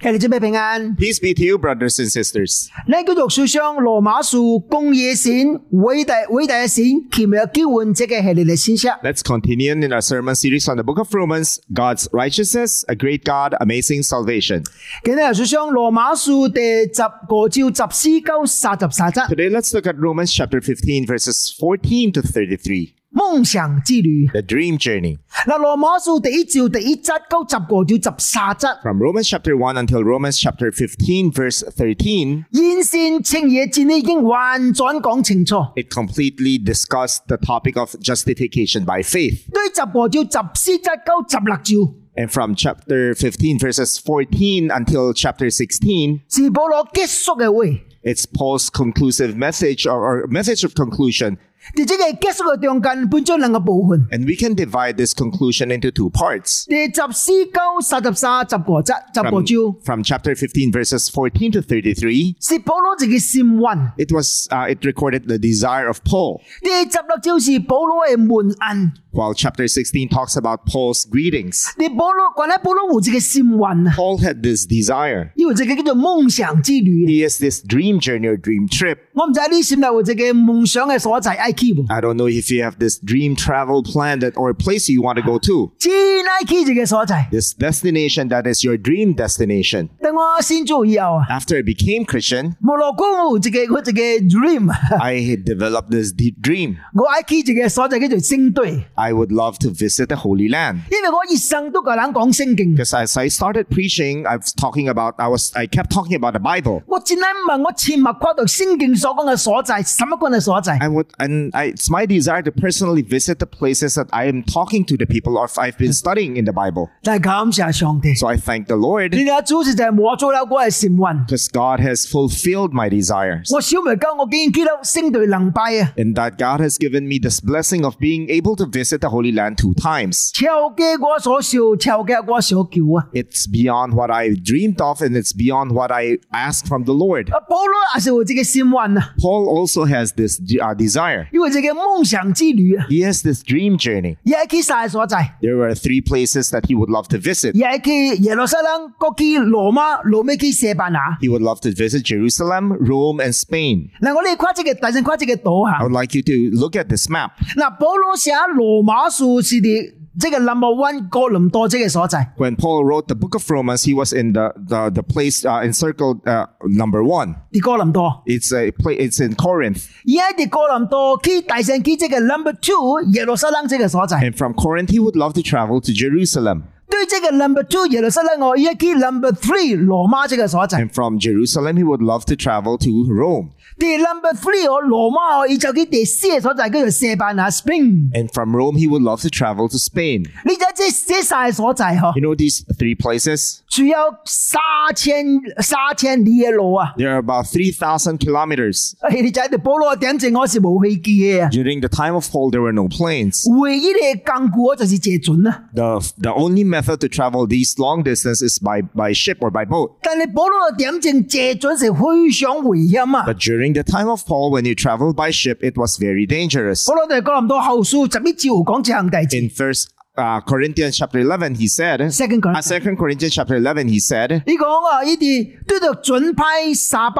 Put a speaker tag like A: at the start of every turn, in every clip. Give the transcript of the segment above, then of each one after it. A: 嘅你姐妹平安。
B: Peace be to you, brothers and sisters.
A: 呢叫做書上羅馬書公義線偉大偉大嘅線，奇妙交換者嘅系列嚟先識。
B: Let's continue in our sermon series on the book of Romans God's righteousness, a great God, amazing salvation.
A: 今日由書上羅馬書第十個照十四九三十三則
B: Today, let's look at Romans chapter 15, verses 14 to 33,
A: 夢想之旅。
B: the dream journey.
A: 嗱，羅馬書第一照第一則到十個照十三則，
B: From Romans chapter 1 until Romans chapter 15, verse 13,
A: 現線清野戰呢已經完全講清楚。
B: it completely discussed the topic of justification by faith.
A: 對十個照十四則到十六照，
B: And from chapter 15, verses 14 until chapter 16,
A: 是保羅結束嘅會。
B: it's Paul's conclusive message or, or message of conclusion
A: 第即個結束嘅中間分咗兩個部分。
B: And we can divide this conclusion into two parts.
A: 第十四九三十三十個則十個
B: From,
A: 照。
B: from chapter 15, verses 14 to 33,
A: 是保罗自己心魂。
B: it was uh, it recorded the desire of Paul,
A: 第十六招是保罗嘅门恩。
B: while chapter 16 talks about Paul's greetings.
A: 你保罗原来保罗有自己心魂啊，
B: Paul had this desire.
A: 因為自己叫做夢想之旅。啊
B: He has this dream journey or dream trip.
A: 我唔知你心內有自己夢想嘅所在 I Q 無，
B: I don't know if you have this dream travel plan that or place you want to go to.
A: 只 I Q 自己所在。
B: This destination that is your dream destination.
A: 等我先做以後啊，
B: After I became Christian,
A: 無落谷我有自己我自己 dream，啊
B: I had developed this deep dream.
A: 我 I Q 自己所在叫做聖隊，
B: I would love to visit the Holy Land.
A: 因為我一生都夠人講聖經。
B: because as I started preaching, I was talking about I was I kept talking about the Bible.
A: 我真係問我切勿跨到聖經所講嘅所在，什麼講嘅所在？
B: And what and I, it's my desire to personally visit the places that I am talking to the people of I've been studying in the Bible.
A: 但係感謝上帝，
B: So I thank the Lord
A: 你阿主就係摸咗啦我嘅心魂。
B: because God has fulfilled my desires.
A: 我小妹教我竟然见到星队能拜啊，
B: And that God has given me this blessing of being able to visit the Holy Land two times.
A: 超嘅我所笑，超嘅我所叫啊！
B: It's beyond what I dreamed of and it's beyond what I asked from the Lord.
A: 啊，保罗也是我自己心愿啊，
B: Paul also has this uh, desire.
A: 因为自己梦想之旅啊，
B: He has this dream journey.
A: 也去晒所在，
B: There were three places that he would love to visit.
A: 也去耶路撒冷，各去罗马，罗尾去西班牙。
B: He would love to visit Jerusalem, Rome, and Spain.
A: 嗱，我哋跨即个大陣跨即个島
B: I
A: 吓。
B: would like you to look at this map.
A: 嗱，保羅寫羅馬書是啲即個 number one 哥林多即個所在，
B: When Paul wrote the book of Romans, he was in the the, the place uh, encircled uh, number one.
A: 啲哥林多。
B: It's a pla- It's in Corinth,
A: 而家啲哥林多去大陣去即個 number two 耶路撒冷即個所在。
B: and from Corinth he would love to travel to Jerusalem,
A: 对这个 number two 耶路撒冷，我要去 number three 罗马这个所在。
B: and from Jerusalem he would love to travel to Rome,
A: 第 number three 我罗马，我要就去第四个所在叫做西班牙 Spain。
B: and from Rome he would love to travel to Spain.
A: 你就即写晒所在嗬
B: You，know these three places.
A: 主有三千三千里嘅路啊！
B: There are about three thousand kilometers.
A: 哎你就喺度保罗点阵，我是冇去记嘅啊。
B: During the time of Paul, there were no planes.
A: 唯一嘅根据我哦就是借啊船啦。
B: the the only method to travel these long distances is by by ship or by boat.
A: 但系保罗点阵借船是非常危险啊！
B: But during the time of Paul, when you traveled by ship, it was very dangerous.
A: 保罗就讲唔到后书十一章讲这项大事。
B: In First uh, Corinthians chapter eleven, he said.
A: Second
B: Uh,
A: Corinthians
B: Second Corinthians chapter eleven, he said.
A: 你講啊，呢啲都度准批沙批，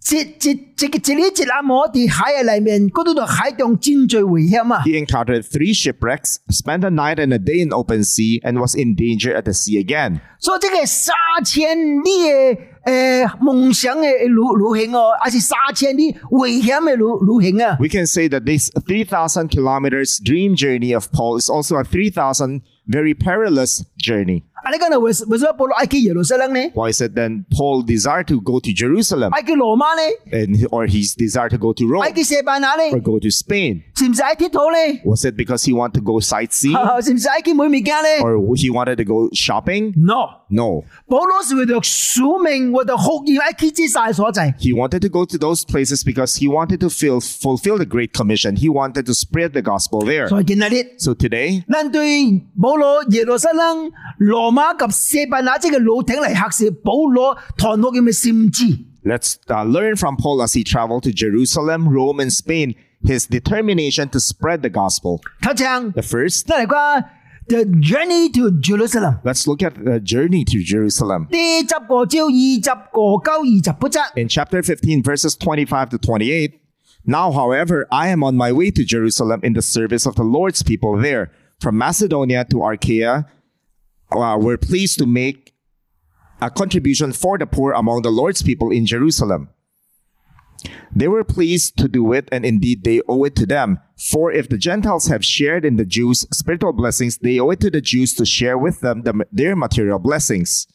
A: 接接接接呢接阿摩啲海嘅裏面，嗰度度海中戰最危險啊！
B: He encountered three shipwrecks, spent a night and a day in open sea, and was in danger at the sea again.
A: 所以即個沙千呢嘅诶夢想嘅旅旅行哦，還是沙千啲危險嘅旅旅行啊！
B: We can say that this 3,000 kilometers dream journey of Paul is also a 3,000 very perilous journey.
A: 啊，你講到為為什麼保羅愛去耶路撒冷呢？
B: Why is it then Paul desired to go to Jerusalem?
A: 愛去羅馬呢？
B: and or his desire to go to Rome
A: 愛去西班牙呢？
B: or go to Spain?
A: 是唔是愛鐵土呢？
B: Was it because he wanted to go sightseeing
A: 是唔是愛去每面街呢
B: or he wanted to go shopping?
A: ？No，
B: No,
A: 保羅是為咗使命，為咗學業愛去之晒所在。
B: he wanted to go to those places because he wanted to feel, fulfill the Great Commission. He wanted to spread the gospel there.
A: 所以見日啲。
B: So today,
A: 但對保羅耶路撒冷、羅馬及西班牙即嘅老艇嚟嚇死保羅唐諾嘅嘅心智。
B: let's uh, learn from Paul as he traveled to Jerusalem, Rome, and Spain his determination to spread the gospel.
A: 睇正，
B: The first,
A: 得嚟啩？ the journey to Jerusalem.
B: Let's look at the journey to Jerusalem.
A: 第十個招二十個九二十不則，
B: In chapter 15, verses 25 to 28, now, however, I am on my way to Jerusalem in the service of the Lord's people there. From Macedonia to Archaea, uh, we're pleased to make a contribution for the poor among the Lord's people in Jerusalem. They were pleased to do it, and indeed they owe it to them. For if the Gentiles have shared in the Jews' spiritual blessings, they owe it to the Jews to share with them the, their material blessings.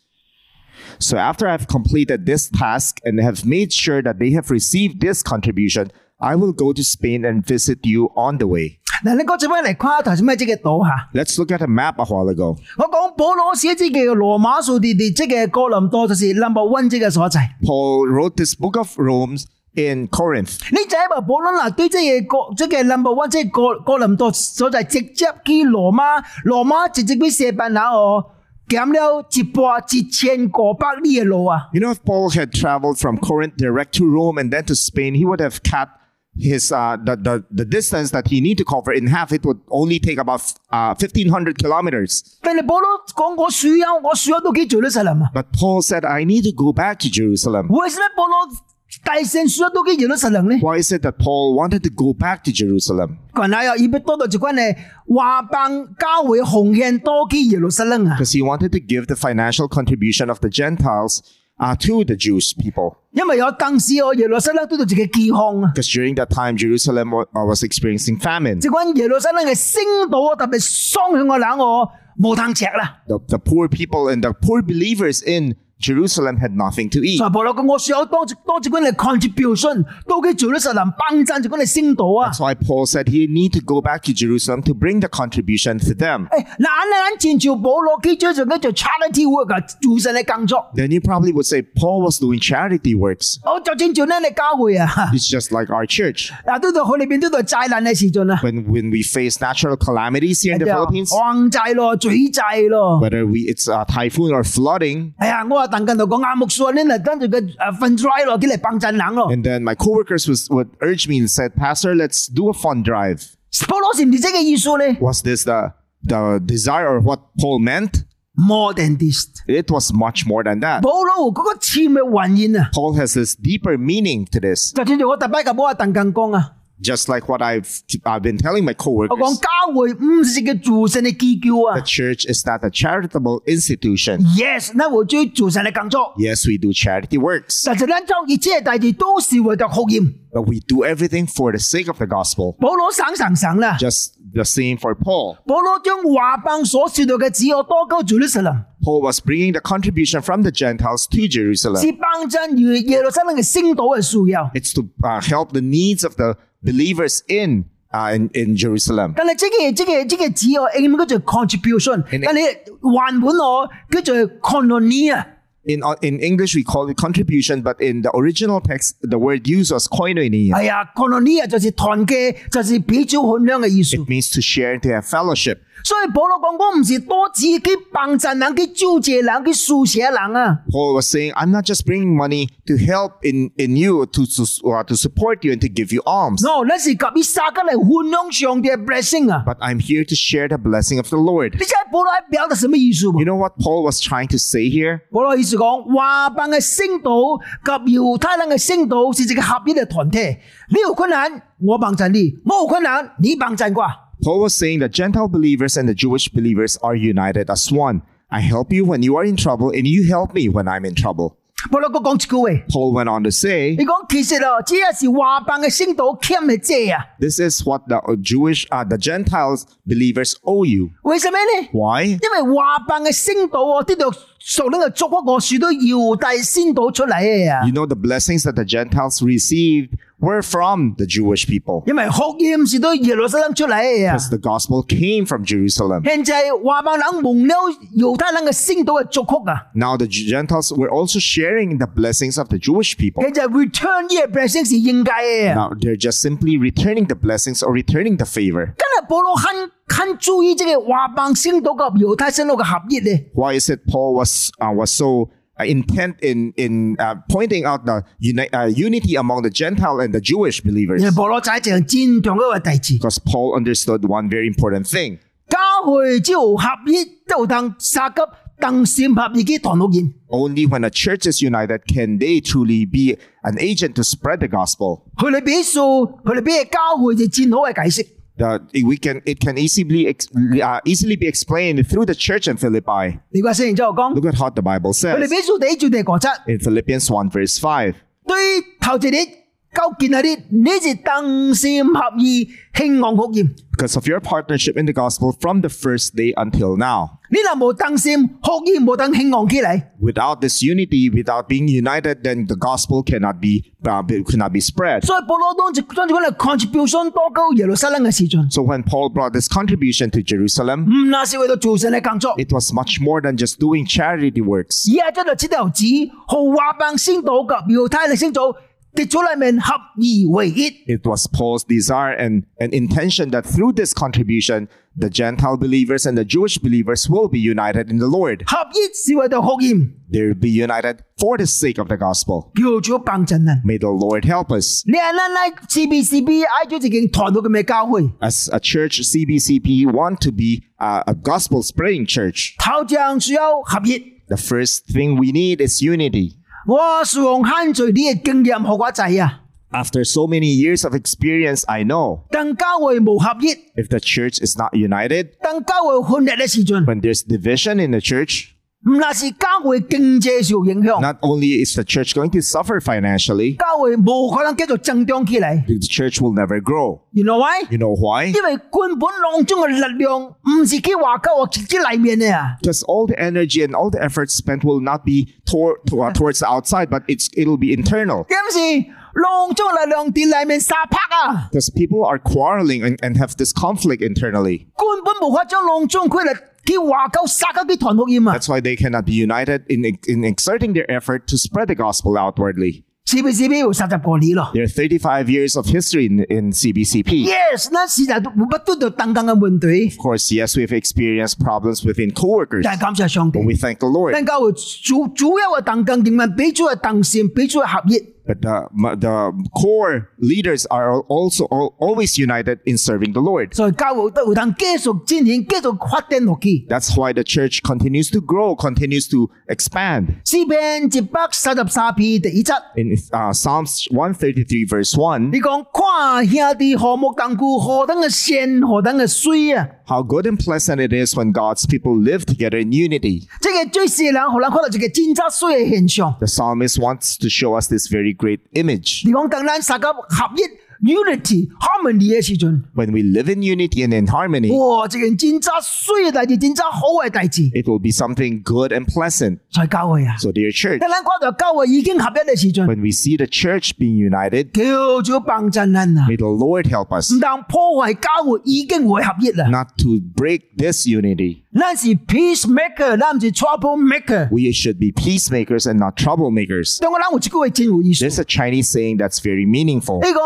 B: So after I've completed this task and have made sure that they have received this contribution, I will go to Spain and visit you on the way.
A: 嗱，你嗰陣翻嚟跨頭先咩即嘅島嚇？
B: Let's look at a map a while ago.
A: 我講保羅寫即嘅羅馬數地地即嘅哥林多就是 number one 即嘅所在。呢
B: Paul wrote this book of Romans in Corinth.
A: 就係因為保羅嗱對即嘅哥即嘅 number one 即係哥哥林多所在，直接去羅馬，羅馬直接俾射笨那我減了一半一千個百里嘅路啊！
B: You know, if Paul had traveled from Corinth direct to Rome and then to Spain, he would have cut his uh, the, the the distance that he need to cover in half. It would only take about uh, fifteen hundred kilometers.
A: 但係保羅講我樹休，我樹休都幾做得實啦嘛。
B: But Paul said, "I need to go back to Jerusalem."
A: 為什麼保羅大聖樹休都幾做得實能呢？
B: Why is it that Paul wanted to go back to Jerusalem?
A: 近下又要不多到一款咧，華邦教會奉獻多基耶路撒冷啊！
B: because he wanted to give the financial contribution of the Gentiles uh, to the Jewish people.
A: 因為有當時哦，耶路撒冷都到一個饑荒啊！
B: Because during that time, Jerusalem wa- uh, was experiencing famine.
A: 即款耶路撒冷嘅升島特別喪向我冷我冇通食啦。
B: The, the poor people and the poor believers in Jerusalem had nothing to eat.
A: 所以保羅講我需要多多一款嘅 contribution，多基耶路撒冷幫贊一款嘅升島啊！
B: That's why Paul said he need to go back to Jerusalem to bring the contribution to them.
A: 誒，嗱，眼眼前朝保羅基做做緊做 charity work 啊，做神嘅工作。
B: Then you probably would say Paul was doing charity works.
A: 我就正做呢，你教會 啊，
B: It's just like our church.
A: 嗱，都到佢裏邊都到災難嘅時陣啊，
B: When when we face natural calamities here in the
A: 就
B: Philippines,
A: 蝗災咯，水災咯。
B: whether we it's a typhoon or flooding,
A: 哎呀，我話鄧近度講阿木樹呢，嚟跟住佢誒瞓 dry 落，啲嚟幫陣冷咯。
B: And then my coworkers was, would urge me and said, Pastor, let's do a fun drive.
A: 保羅是唔是即嘅意思咧
B: Was this the, the desire or what Paul meant?
A: ？More than this，
B: It was much more than that.
A: 保羅嗰個詞嘅原因啊，
B: Paul has this deeper meaning to this,
A: 就算做我特別嘅冇阿鄧近講啊，
B: just like what I've, I've been telling my
A: 我講
B: coworkers.
A: 教會唔是一個做神嘅機構
B: The
A: 啊。
B: church is not a charitable institution.
A: Yes，那我追做神嘅工作，
B: Yes, we do charity works,
A: 實際咧將一切大事都是為咗學驗。
B: but we do everything for the sake of the gospel.
A: 保羅省省省啦，
B: Just the same for Paul.
A: 保羅將華邦所説到嘅只有多鳩做啲實啦，
B: Paul was bringing the contribution from the Gentiles to Jerusalem.
A: 是幫真與耶路撒冷嘅星島嘅需要。
B: It's to uh, help the needs of the believers in uh, in, in Jerusalem.
A: 但係即係即係即係只有英文叫做 contribution，
B: In-
A: 但係還本我叫做 colony 啊，
B: In uh, in English, we call it contribution, but in the original text, the word used was koinonia.
A: 係啊，colony 啊就是團嘅，就是比較衡量嘅意思。
B: It means to share, to have fellowship.
A: 所以保羅講我唔是多指佢幫襯人，佢招借人，佢數寫人啊，
B: Paul was saying, "I'm not just bringing money to help in in you to to, uh, to support you and to give you alms,
A: 喏，那是及伊撒格嚟衡量上帝嘅 blessing 啊。
B: but I'm here to share the blessing of the Lord."
A: 你知道保羅喺表達什麼意思冇
B: You know what Paul was trying to say here?
A: 保羅意思講，華邦嘅星島及猶太人嘅星島是一個合一嘅團體。你有困難，我幫襯你；我有困難，你幫襯我。
B: Paul was saying that Gentile believers and the Jewish believers are united as one. I help you when you are in trouble, and you help me when I'm in trouble.
A: 保羅哥講一句話，
B: Paul went on to say,
A: 你講其實哦，這也是華邦嘅星島欠嘅債啊。
B: This is what the uh, Jewish, uh, the Gentiles believers owe you.
A: 為什麼呢？
B: Why?
A: 因為華邦嘅星島哦，呢度屬靈嘅祝福我樹都搖大先島出嚟嘅啊
B: You。know, the blessings that the Gentiles received were from the Jewish people.
A: 因為福音是到耶路撒冷出嚟嘅啊。
B: Because the gospel came from Jerusalem.
A: 現在華邦人蒙了猶太人嘅星島嘅祝福啊。
B: Now, the G- Gentiles were also sharing the blessings of the Jewish people.
A: 現在 return 呢個 blessing 是應該嘅啊。
B: Now, they're just simply returning the blessings or returning the favor.
A: 今日保羅很很注意這個華邦星島及猶太星島嘅合一咧，
B: why is it Paul was uh, was so uh, intent in in uh, pointing out the uni- uh, unity among the Gentile and the Jewish believers?
A: 因為保羅在一件戰場嗰個地址，
B: Because Paul understood one very important thing:
A: 教會只有合一，就有通三級同心合意去傳福音。
B: Only when a church is united can they truly be an agent to spread the gospel.
A: 佢哋比數，佢哋比嘅教會就戰好嘅解釋。
B: The, we can, it can easily, ex- uh, easily be explained through the church in Philippi.
A: 你話聖然之後講，
B: Look at what the Bible
A: 佢哋
B: says
A: 比數第一章第個七，
B: in Philippians 1, verse 5.
A: 對頭一日交見嗰啲，你是同心合意興旺福音。
B: Because of your partnership in the gospel from the first day until now.
A: 你若無同心，福音無等興旺起嚟。
B: Without this unity, without being united, then the gospel cannot be, uh, be- cannot be spread.
A: 所以保羅當時將佢哋 contribution 多高耶路撒冷嘅時陣，
B: So when Paul brought this contribution to Jerusalem,
A: 唔那是為咗做神嘅工作。
B: it was much more than just doing charity works.
A: 以下真係指條子豪華棒先到及猶太歷星組跌咗裏面合二為一。
B: It was Paul's desire and, and intention that through this contribution, the Gentile believers and the Jewish believers will be united in the Lord.
A: 合一是為咗福音，
B: They'll be united for the sake of the gospel.
A: 叫做棒陣人。
B: May the Lord help us.
A: 你係咱嚟 CBCB 挨咗一間團到嘅咩教會？
B: As a church, CBCP want to be uh, a gospel spreading church.
A: 頭像需要合一。
B: The first thing we need is unity.
A: 我是用限聚你嘅經驗學我仔啊，
B: After so many years of experience, I know
A: 當教會無合一，
B: if the church is not united,
A: 當教會分裂嘅時陣，
B: when there's division in the church,
A: 唔那是教會經濟受影響。
B: not only is the church going to suffer financially,
A: 教會冇可能繼續增長起嚟。
B: the church will never grow.
A: 原來喂，
B: You know why?
A: 因為根本當中嘅力量唔是佢話教我自己裏面嘅啊，
B: Because all the energy and all the effort spent will not be tor- to- uh, towards the outside, but it's it'll be internal.
A: 點是當中嘅力量喺裏面撒拍啊，
B: Because people are quarreling and, and have this conflict internally.
A: 根本無法將當中佢力佢話教撒教啲團福音啊。
B: That's why they cannot be united in, in exerting their effort to spread the gospel outwardly.
A: 是不是要三十個年咯
B: There are 35 years of history in, in CBCP.
A: ？Yes，那時代都不斷到等等嘅問題
B: Of，course, yes, we've experienced problems within coworkers,
A: 但係感謝上帝
B: but。we thank the Lord.
A: 但教會主主要嘅等等仍然彼此嘅同善，彼此嘅合一。
B: But the, the core leaders are also al- always united in serving the Lord.
A: 所以教會都會能繼續進行，繼續發展落去。
B: That's why the church continues to grow, continues to expand.
A: 詩篇一百三十三篇第一節，
B: In uh, Psalms 133, verse 1,
A: 你講看兄弟和睦同居，何等嘅善，何等嘅水啊！
B: how good and pleasant it is when God's people live together in unity.
A: 即係最是人可能看到一個真質水嘅現象。
B: The psalmist wants to show us this very great image.
A: 你講當咱三個合一 unity harmony 嘅時陣，
B: When we live in unity and in harmony,
A: 哇！一件真質水嘅代志，真質好嘅代志，
B: it will be something good and pleasant.
A: 在教會啊！
B: So, dear church,
A: 當咱看到教會已經合一嘅時陣，
B: when we see the church being united,
A: 叫做幫襯人啊！
B: May the Lord help us
A: 唔但破壞教會已經會合一啦。
B: not to break this unity.
A: 咱是 peacemaker，咱唔是 trouble maker。
B: We should be peacemakers and not troublemakers.
A: 中國人有一句話真有意思，
B: There's a Chinese saying that's very meaningful.
A: 你講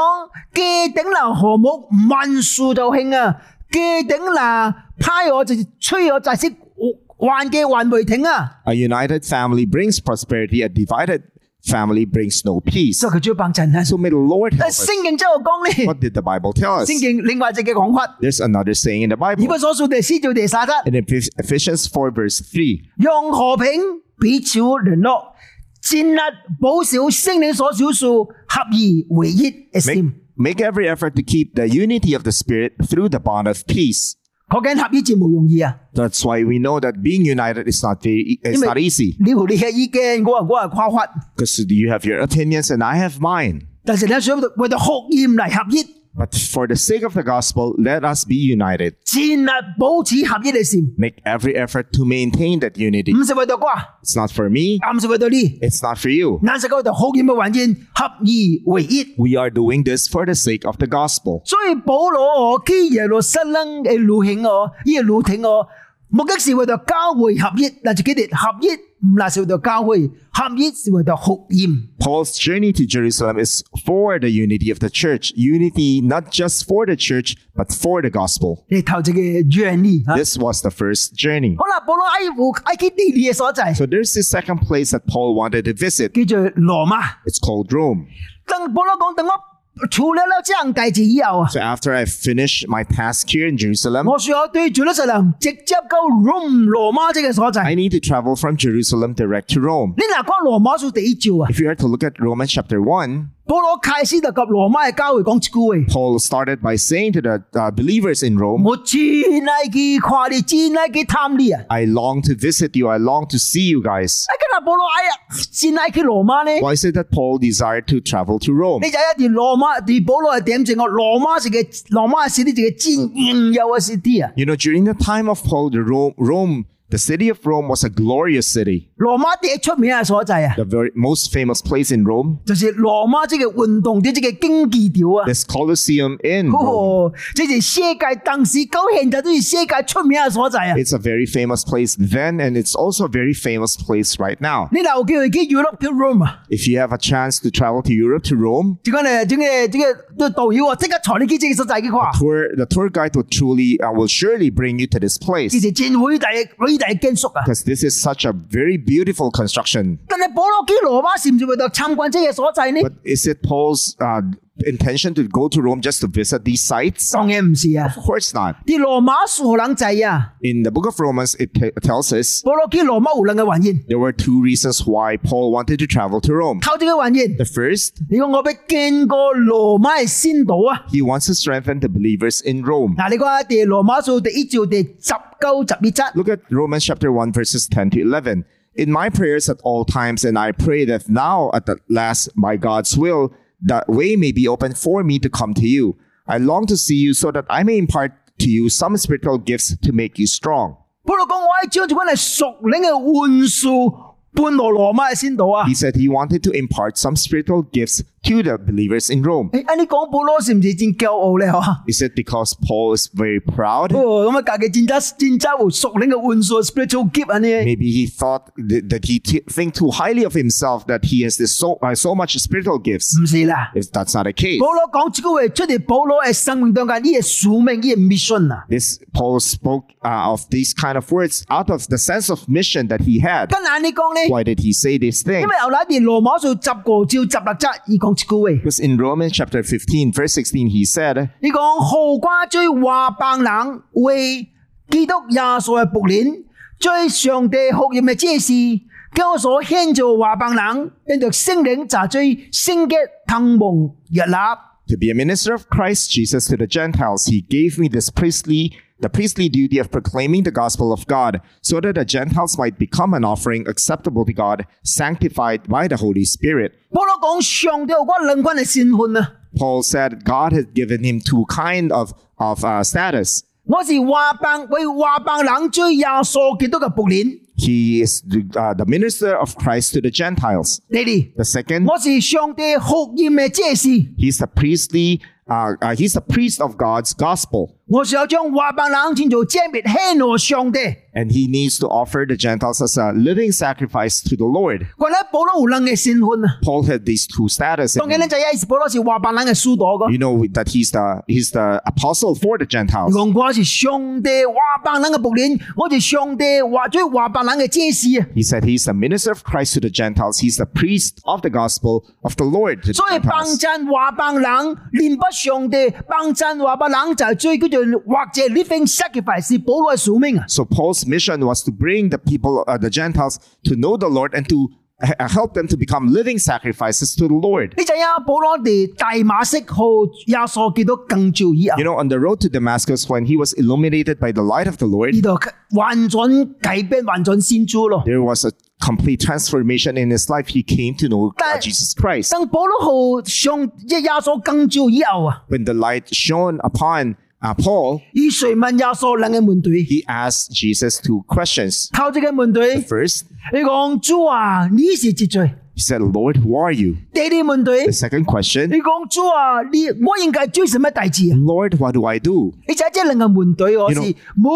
A: 家頂樓和睦，萬事就興啊！家頂樓派我就催我就識還嘅還未停啊！
B: A united family brings prosperity, a divided family brings no peace.
A: 所以佢主要幫襯啊。
B: So may the Lord help
A: 但
B: us.
A: 聖經之後講咧，
B: What did the Bible tell us?
A: 聖經另外一隻嘅講法，
B: There's another saying in the
A: 以
B: Bible
A: 弗所書第四章第三節。
B: in Ephes- Ephesians 4, verse 3.
A: 用和平彼此聯絡，戰略保守聖靈所少數，合而為一嘅
B: Make,
A: 心。
B: make every effort to keep the unity of the Spirit through the bond of peace.
A: 嗰間合一真冇容易啊！
B: That's why we know that being united is not, very, it's
A: Amen.
B: not easy.
A: 你有你嘅意見，我有我嘅看法，
B: Because you have your opinions and I have mine.
A: 但是你想為咗學驗嚟合一，
B: But for the sake of the gospel, let us be united.
A: 戰略保持合一嘅心，
B: Make every effort to maintain that unity.
A: 唔是為咗我，
B: It's not for me,
A: 唔是為咗你，
B: it's not for you.
A: 硬是為咗學驗嘅環境合而為一。
B: We are doing this for the sake of the gospel.
A: 所以保羅我基耶路撒冷嘅路行我，呢個路挺我，目的是為咗教會合一，但是佢哋合一唔係是為咗教會，合一是為咗學驗。
B: Paul's journey to Jerusalem is for the unity of the church. Unity not just for the church, but for the gospel.
A: 你頭一個原理啊。
B: This was the first journey.
A: 好啦，保羅愛護愛去地理嘅所在，
B: So there's this second place that Paul wanted to visit.
A: 叫做羅馬。
B: It's called Rome.
A: 當保羅講，等我处理了这样代志以后啊，
B: So after I finish my task here in Jerusalem,
A: 我需要对住呢就能直接到 Rome 罗马这个所在。
B: I need to travel from Jerusalem direct to Rome.
A: 你嗱講羅馬書第一章啊，
B: If you are to look at Romans chapter 1,
A: 保羅啟示就及羅馬嘅教會講一句
B: Paul started by saying to the uh, believers in
A: 話：
B: Rome,
A: 我真係幾快你真係幾貪你啊！
B: I long to visit you, I long to see you guys.
A: 啊，今日保羅哎呀，真係去羅馬呢？
B: Why is it that Paul desired to travel to Rome?
A: 你就一段羅馬，段保羅係點正我羅馬哦是嘅羅馬是呢就嘅戰現有嘅 city 啊！
B: You know, during the time of Paul, the Rome, Rome, the city of Rome was a glorious city.
A: 羅馬第一出名嘅所在啊，
B: The very most famous place in Rome,
A: 就是羅馬即嘅運動啲即嘅競技條啊！
B: this Colosseum in
A: Oh.
B: Rome.
A: 哦，即係世界當時到現在都係世界出名嘅所在啊！
B: It's a very famous place then, and it's also a very famous place right now.
A: 你嗱有機會去 Europe 去 Rome 啊？
B: If you have a chance to travel to Europe, to Rome,
A: 即係咧，即係即係都導遊啊，即刻坐你機即係實際嘅話，
B: tour, the tour guide will truly, uh, will surely bring you to this
A: 其
B: place
A: 實真偉大嘅偉大嘅建築啊！
B: because this is such a very beautiful construction.
A: 但係保羅基羅馬是唔是為咗參觀即係所在呢？
B: But is it Paul's uh, intention to go to Rome just to visit these sites? Of
A: 當然唔是啊！
B: course not.
A: 啲羅馬樹好撚滯啊！
B: In the book of Romans, it t- tells us
A: 保羅基羅馬胡撚嘅原因，
B: there were two reasons why Paul wanted to travel to Rome.
A: 頭先嘅原因，
B: The first,
A: 你講我俾見過羅馬嘅先導啊！
B: he wants to strengthen the believers in Rome.
A: 嗱，你講下第羅馬書第一章第十九十二節。
B: Look at Romans chapter 1, verses 10 to 11. In my prayers at all times, and I pray that now at the last, by God's will, the way may be open for me to come to you. I long to see you so that I may impart to you some spiritual gifts to make you strong.
A: 保羅講我喺將做緊係屬靈嘅換數搬到羅馬嘅先導啊！
B: He said he wanted to impart some spiritual gifts to the believers in Rome.
A: 誒，哎你講保羅是唔是真驕傲咧？嚇！
B: Is it because Paul is very proud?
A: 哦，咁啊，隔嘅戰爭戰爭和屬靈嘅換數 spiritual gift 啊呢？
B: Maybe he thought th- that he t- think too highly of himself that he has this so uh, so much spiritual gifts.
A: 唔是啦，
B: If that's not the case,
A: 保羅講呢句話出嚟，保羅嘅生命當中，呢個使命，呢個 mission à. 啊。
B: this Paul spoke uh, of these kind of words out of the sense of mission that he had.
A: 跟眼你講呢，
B: Why did he say these
A: 因
B: things?
A: 為後來啲羅馬數十個照十六則，而講呢句話，
B: Because in Romans chapter 15, verse 16, he said,
A: 你講好瓜追話棒冷為基督耶穌嘅僕臉，追上帝學業嘅指示，教所牽著話棒冷，因着聖靈就追聖潔騰蒙熱立。
B: To be a minister of Christ Jesus to the Gentiles, he gave me this priestly, the priestly duty of proclaiming the gospel of God, so that the Gentiles might become an offering acceptable to God, sanctified by the Holy Spirit.
A: 保羅講上帝有嗰兩軍嘅善判啊！
B: Paul said God had given him two kind of, of uh, status.
A: 我是華棒為華棒冷追耶穌基督嘅僕臉，
B: He is the, uh, the minister of Christ to the Gentiles.
A: 你哋，
B: The second,
A: 我是上帝酷焰嘅遮士，
B: he's the priestly, uh, uh, he's the priest of God's gospel.
A: 我是有將華棒冷稱做遮滅欺我上帝。
B: And he needs to offer the Gentiles as a living sacrifice to the Lord.
A: 嗰咧保羅有兩嘅善判啊！
B: Paul had these two status.
A: 當然咧就係保羅是華棒冷嘅疏導個
B: you，know that he's the he's the apostle for the Gentiles.
A: 講我是上帝華棒冷嘅僕臉，我是上帝華追華棒冷嘅遮士啊！
B: He said he's the minister of Christ to the Gentiles. He's the priest of the gospel of the Lord to the
A: 所以棒
B: Gentiles.
A: 陣華棒冷，連不上帝棒陣華棒冷就係最叫做或者 living sacrifice 是保羅嘅使命啊！
B: So Paul's mission was to bring the people, uh, the Gentiles, to know the Lord and to uh, help them to become living sacrifices to the Lord.
A: 呢陣啊，保羅哋大馬色號耶穌基督更照以後啊
B: You，know, on the road to Damascus, when he was illuminated by the light of the Lord,
A: 呢度患準改變，患準先主咯。
B: there was a complete transformation in his life. He came to know uh,
A: That-
B: Jesus Christ.
A: 等保羅號上即係耶穌更照以後啊，
B: When the light shone upon uh, Paul,
A: 以誰問耶穌兩個門隊？
B: he asked Jesus two questions.
A: 頭一個門隊，
B: First,
A: 你講主啊，你是秩序；
B: he said, Lord, who are you?
A: 第二個門隊
B: The，second
A: 你
B: question,
A: 講主啊，你我應該追什麼大志啊？
B: Lord, what do I do?
A: 你就係即係兩個門隊，我
B: You
A: 哦是
B: know-
A: 每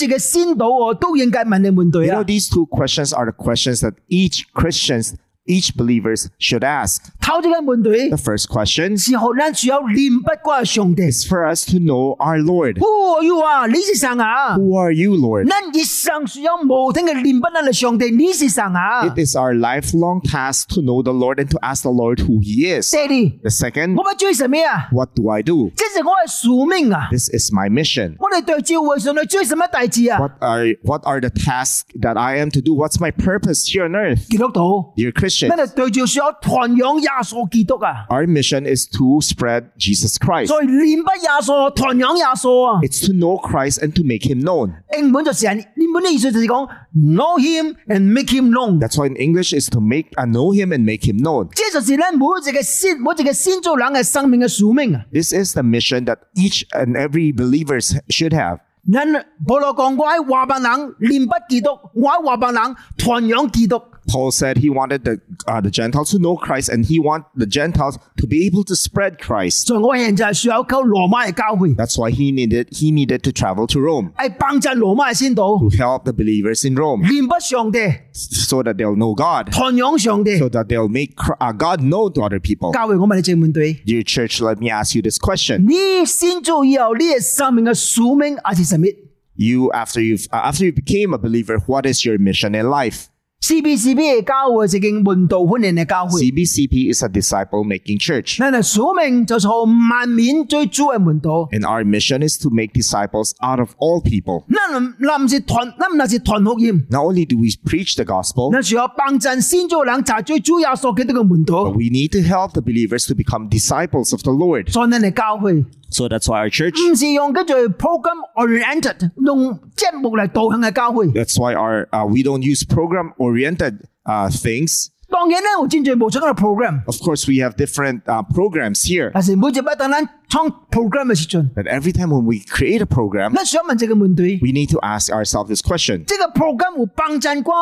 A: 一個先導我哦都應該問你門隊
B: You know,
A: 啊。
B: these two questions are the questions that each Christians, each believers should ask.
A: 頭头一个问题
B: The first question
A: 是互咱需要明白我上帝。
B: is for us to know our Lord.
A: Who are you 啊？你是谁啊？
B: Who are you, Lord?
A: 咱一生需要无停嘅明白咱嘅上帝，你是谁啊？
B: It is our lifelong task to know the Lord and to ask the Lord who He is.
A: 爹哋，
B: The second,
A: 我要追什么啊？
B: what do I do?
A: 这是我嘅使命啊！
B: This is my mission.
A: 我哋对照会上帝追什么大志啊？
B: What are what are the tasks that I am to do? What's my purpose here on earth?
A: 基督徒，
B: Dear Christian,
A: 咱哋对照需要传扬耶稣基督啊！
B: our mission is to spread Jesus Christ.
A: 所以明白耶稣，传扬耶稣啊！
B: It's to know Christ and to make him known.
A: 英文就是英文嘅意思就是讲 know him and make him known。
B: That's why in English is to make uh, know him and make him known.
A: 这就是咱每一个先每一个先做人嘅生命嘅使命啊！
B: This is the mission that each and every believers should have.
A: 咱保罗讲，我喺华白人念不基督，我喺华白人传扬基督。
B: Paul said he wanted the uh, the Gentiles to know Christ and he want the Gentiles to be able to spread Christ.
A: 所以我现在需要靠罗马嘅教会，
B: That's why he needed he needed to travel to Rome
A: 系帮助罗马嘅先道，
B: to help the believers in Rome
A: 念不上帝，
B: so that they'll know God,
A: 传扬上帝
B: so。that they'll make Chr- uh, God known to other people.
A: 教会我问你正问对，
B: Dear church, let me ask you this question.
A: 你先做以后，你嘅生命嘅使命还是什么？
B: You after you've uh, after you became a believer, what is your mission in life?
A: CBCB 嘅教会是经门道训练嘅教会，
B: CBCP is a disciple making church.
A: 咱嘅使命就是好万面最主嘅门道。
B: And our mission is to make disciples out of all people.
A: 咱唔咱唔是传，咱唔是传福音，
B: Not only do we preach the gospel,
A: 咱需要帮助先做人，就最主耶稣基督嘅门道
B: but。we need to help the believers to become disciples of the Lord.
A: 所以咱嘅教会
B: So that's why our church,
A: 唔是用叫做 program oriented，用节目嚟导向嘅教会。
B: that's why our uh, we don't use program oriented uh, things.
A: 當然咧，有真侪無出嘅 program，
B: Of course, we have different uh, programs here.
A: 但是每一擺當咱創 program 嘅時陣，
B: But every time when we create a program,
A: 咱想問一個問題：，
B: we need to ask ourselves this question:
A: 這個 program 有幫襯我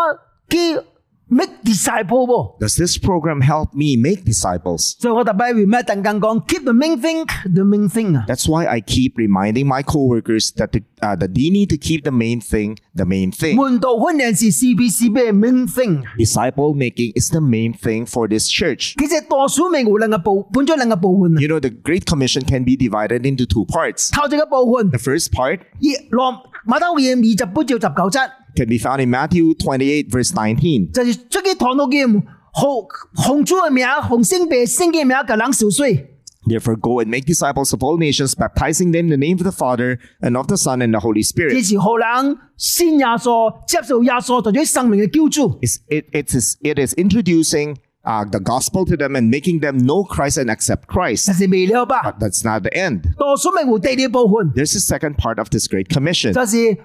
A: 去 make disciple 無？
B: Does this program help me make disciples?
A: 所以我特別為咩突然間講 keep the main thing，the main thing 啊，
B: That's why I keep reminding my coworkers that the, uh, that they need to keep the main thing the main thing.
A: 門徒訓練是 CBC 嘅 main thing。
B: Disciple making is the main thing for this church.
A: 其實大使命有兩個部，分咗兩個部分啊。
B: You know, the Great Commission can be divided into two parts.
A: 頭一個部分
B: The，first part
A: 二羅馬太福音二十八至十九節，
B: can be found in Matthew 28, verse 19.
A: 就是出去傳福音，奉奉主嘅名，奉聖父聖嘅名，給人受水。
B: Therefore, go and make disciples of all nations, baptizing them in the name of the Father, and of the Son, and the Holy
A: 这
B: Spirit.
A: 是好人信耶稣、接受耶稣作为生命嘅救主。
B: It's, it, it, is, it is introducing uh, the gospel to them and making them know Christ and accept Christ.
A: 但是未了吧？
B: But that's not the end.
A: 多数明有第二部分，
B: There's a second part of this Great Commission.
A: 就是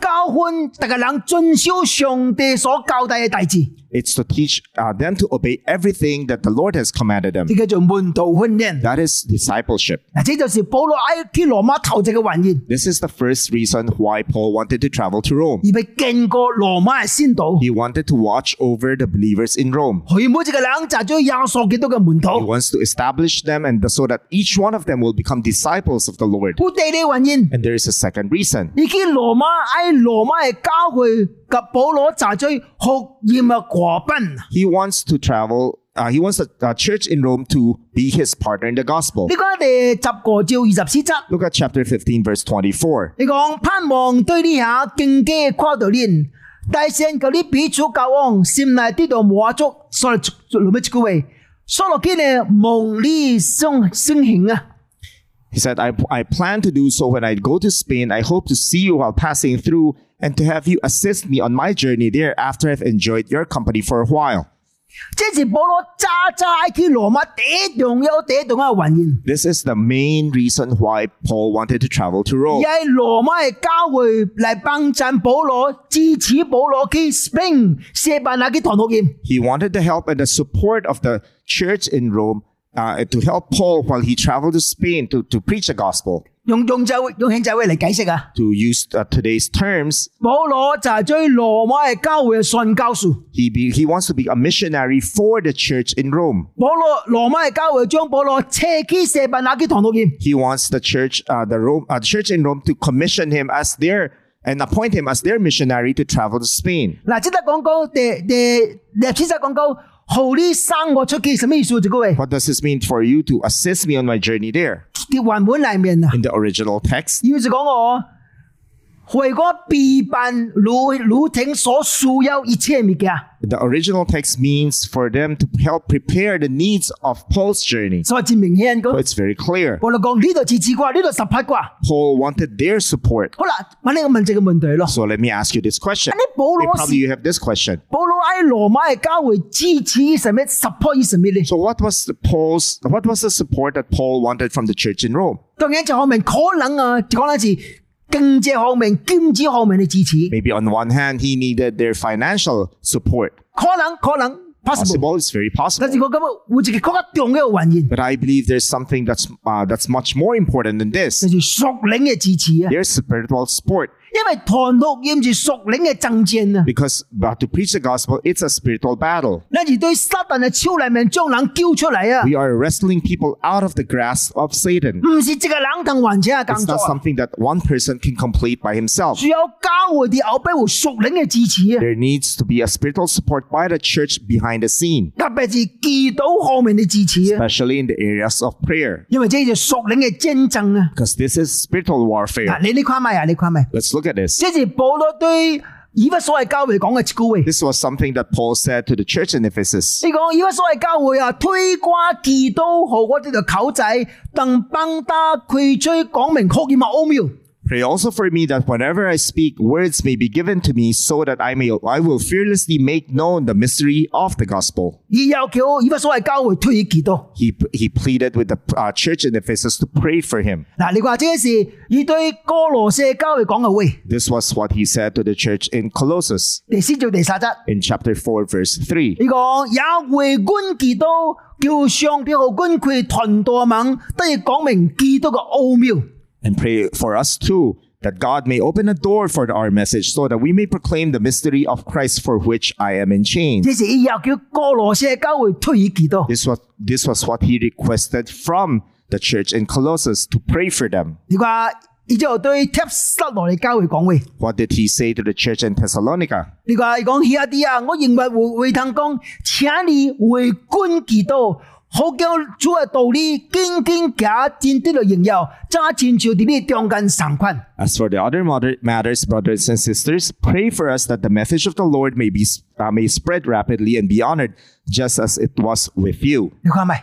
A: 教训大家人遵守上帝所交代嘅大志，
B: It's to teach uh, them to obey everything that the Lord has commanded them.
A: 呢叫做门徒训练。
B: That is discipleship.
A: 嗱，这就是保罗埃去罗马头席嘅原因，
B: This is the first reason why Paul wanted to travel to Rome.
A: 而被经过罗马嘅先导，
B: He wanted to watch over the believers in Rome.
A: 佢每一个人就做耶稣基督嘅门
B: He
A: 徒。
B: wants to establish them and so that each one of them will become disciples of the Lord.
A: 有第二原因，
B: And there is a second reason.
A: 而去罗马埃罗马嘅教会及保罗就做学验嘅果品。
B: He wants to travel, uh, he wants a, a church in Rome to be his partner in the gospel.
A: 呢個第十個照二十四則，
B: Look at chapter 15, verse 24.
A: 你講盼望對你下敬嘅跨度連，大聲求你彼此交往，心內得到滿足。所以落尾一句話，所落嘅呢望你相相行啊！
B: He said, I, I plan to do so when I go to Spain. I hope to see you while passing through and to have you assist me on my journey there after I've enjoyed your company for a while.
A: 這是保羅渣渣去羅馬第一重有第一重嘅原因，
B: This is the main reason why Paul wanted to travel to
A: 而
B: Rome.
A: 係羅馬嘅教會嚟幫襯保羅，支持保羅去 Spring 西班牙嘅堂學業。
B: He wanted the help and the support of the church in Rome uh, to help Paul while he traveled to Spain to, to preach the gospel.
A: 用用就用現在位嚟解釋啊！
B: To use uh, today's terms,
A: 保羅就係追羅馬嘅教會嘅信教士。
B: he, be, he wants to be a missionary for the church in Rome.
A: 保罗罗马嘅教会将保罗车基舍伯那基堂到剑，
B: He wants the church, uh, the Rome, uh, the church in Rome to commission him as their and appoint him as their missionary to travel to Spain.
A: 嗱，即得讲到第第历史就讲到好你生我出去，什么意思？这个位
B: What does this mean for you to assist me on my journey there?
A: 啲原文里面啊，
B: In the original text,
A: 要是讲哦我为我避办路路程所需要一切物件，
B: the original text means for them to help prepare the needs of Paul's journey.
A: 所以真明显个
B: So。it's very clear.
A: 我就讲呢度自治啩，呢度十八啩。
B: Paul wanted their support.
A: 好啦，問你個問題嘅問題咯。
B: So let me ask you this question.
A: 你保
B: Hey,
A: 羅
B: probably
A: 是
B: you have this question.
A: 保羅喺羅馬嘅教會支持什麼 support 什麼咧？
B: So what was the Paul's what was the support that Paul wanted from the church in Rome?
A: 當然就方面可能啊，講多次經濟方面、兼職方面嘅支持，
B: Maybe on one hand he needed their financial support.
A: 可能可能 possible。
B: Possible, it's very
A: 但是
B: possible.
A: 我覺得會自己更加重要嘅原因，
B: But I believe there's something that's uh, that's much more important than
A: 就
B: this.
A: 是屬靈嘅支持啊。
B: Their spiritual support,
A: 因為堂六厭住屬靈嘅爭戰啊，
B: because but to preach the gospel, it's a spiritual battle.
A: 那而對撒旦嘅超能命將人叫出嚟啊，
B: We are wrestling people out of the grasp of Satan.
A: 唔是即係冷騰患者嘅工
B: It's
A: 作
B: not
A: 啊，
B: something that one person can complete by himself.
A: 仲有教會啲後背會屬靈嘅支持啊。
B: There needs to be a spiritual support by the church behind the scene,
A: 特別是祈禱方面嘅支持啊，
B: especially in the areas of prayer,
A: 因為呢就屬靈嘅戰爭啊。
B: because this is spiritual
A: 嗱，
B: warfare.
A: 你你跨咪啊？你跨咪？
B: Let's look at this.
A: 即是保羅對以弗所謂教會講嘅高位，
B: This was something that Paul said to the church in Ephesus.
A: 你講以弗所謂教會啊，推瓜祈禱和我哋條口仔，等崩打佢吹講明曲而嘛奧妙。
B: Pray also for me that whenever I speak, words may be given to me, so that I may I will fearlessly make known the mystery of the gospel.
A: 而又叫以弗所謂教會推祈禱。
B: He he pleaded with the uh, church in Ephesus to pray for him.
A: 嗱，你話即是以對哥羅社教會講嘅喂，
B: This was what he said to the church in Colossus
A: 第四章第十節。
B: in chapter four, verse three.
A: 呢個也為君祈禱，叫上帝和君佢團道盟，得以講明基督嘅奧妙。
B: and pray for us too that God may open a door for our message so that we may proclaim the mystery of Christ for which I am in chains.
A: 這是以後叫哥羅西教會推以祈禱。
B: This was this was what he requested from the church in Colossus to pray for them.
A: 你話伊就對帖撒羅尼教會講喂，
B: What did he say to the church in Thessalonica?
A: 你話佢講兄弟啊，我認為會會堂講，請你為君祈禱，好叫主嘅道理堅堅假戰得到榮耀，揸戰朝啲呢中間神棍。
B: As for the other moder- matters, brothers and sisters, pray for us that the message of the Lord may be uh, may spread rapidly and be honored, just as it was with you.
A: 你看咪？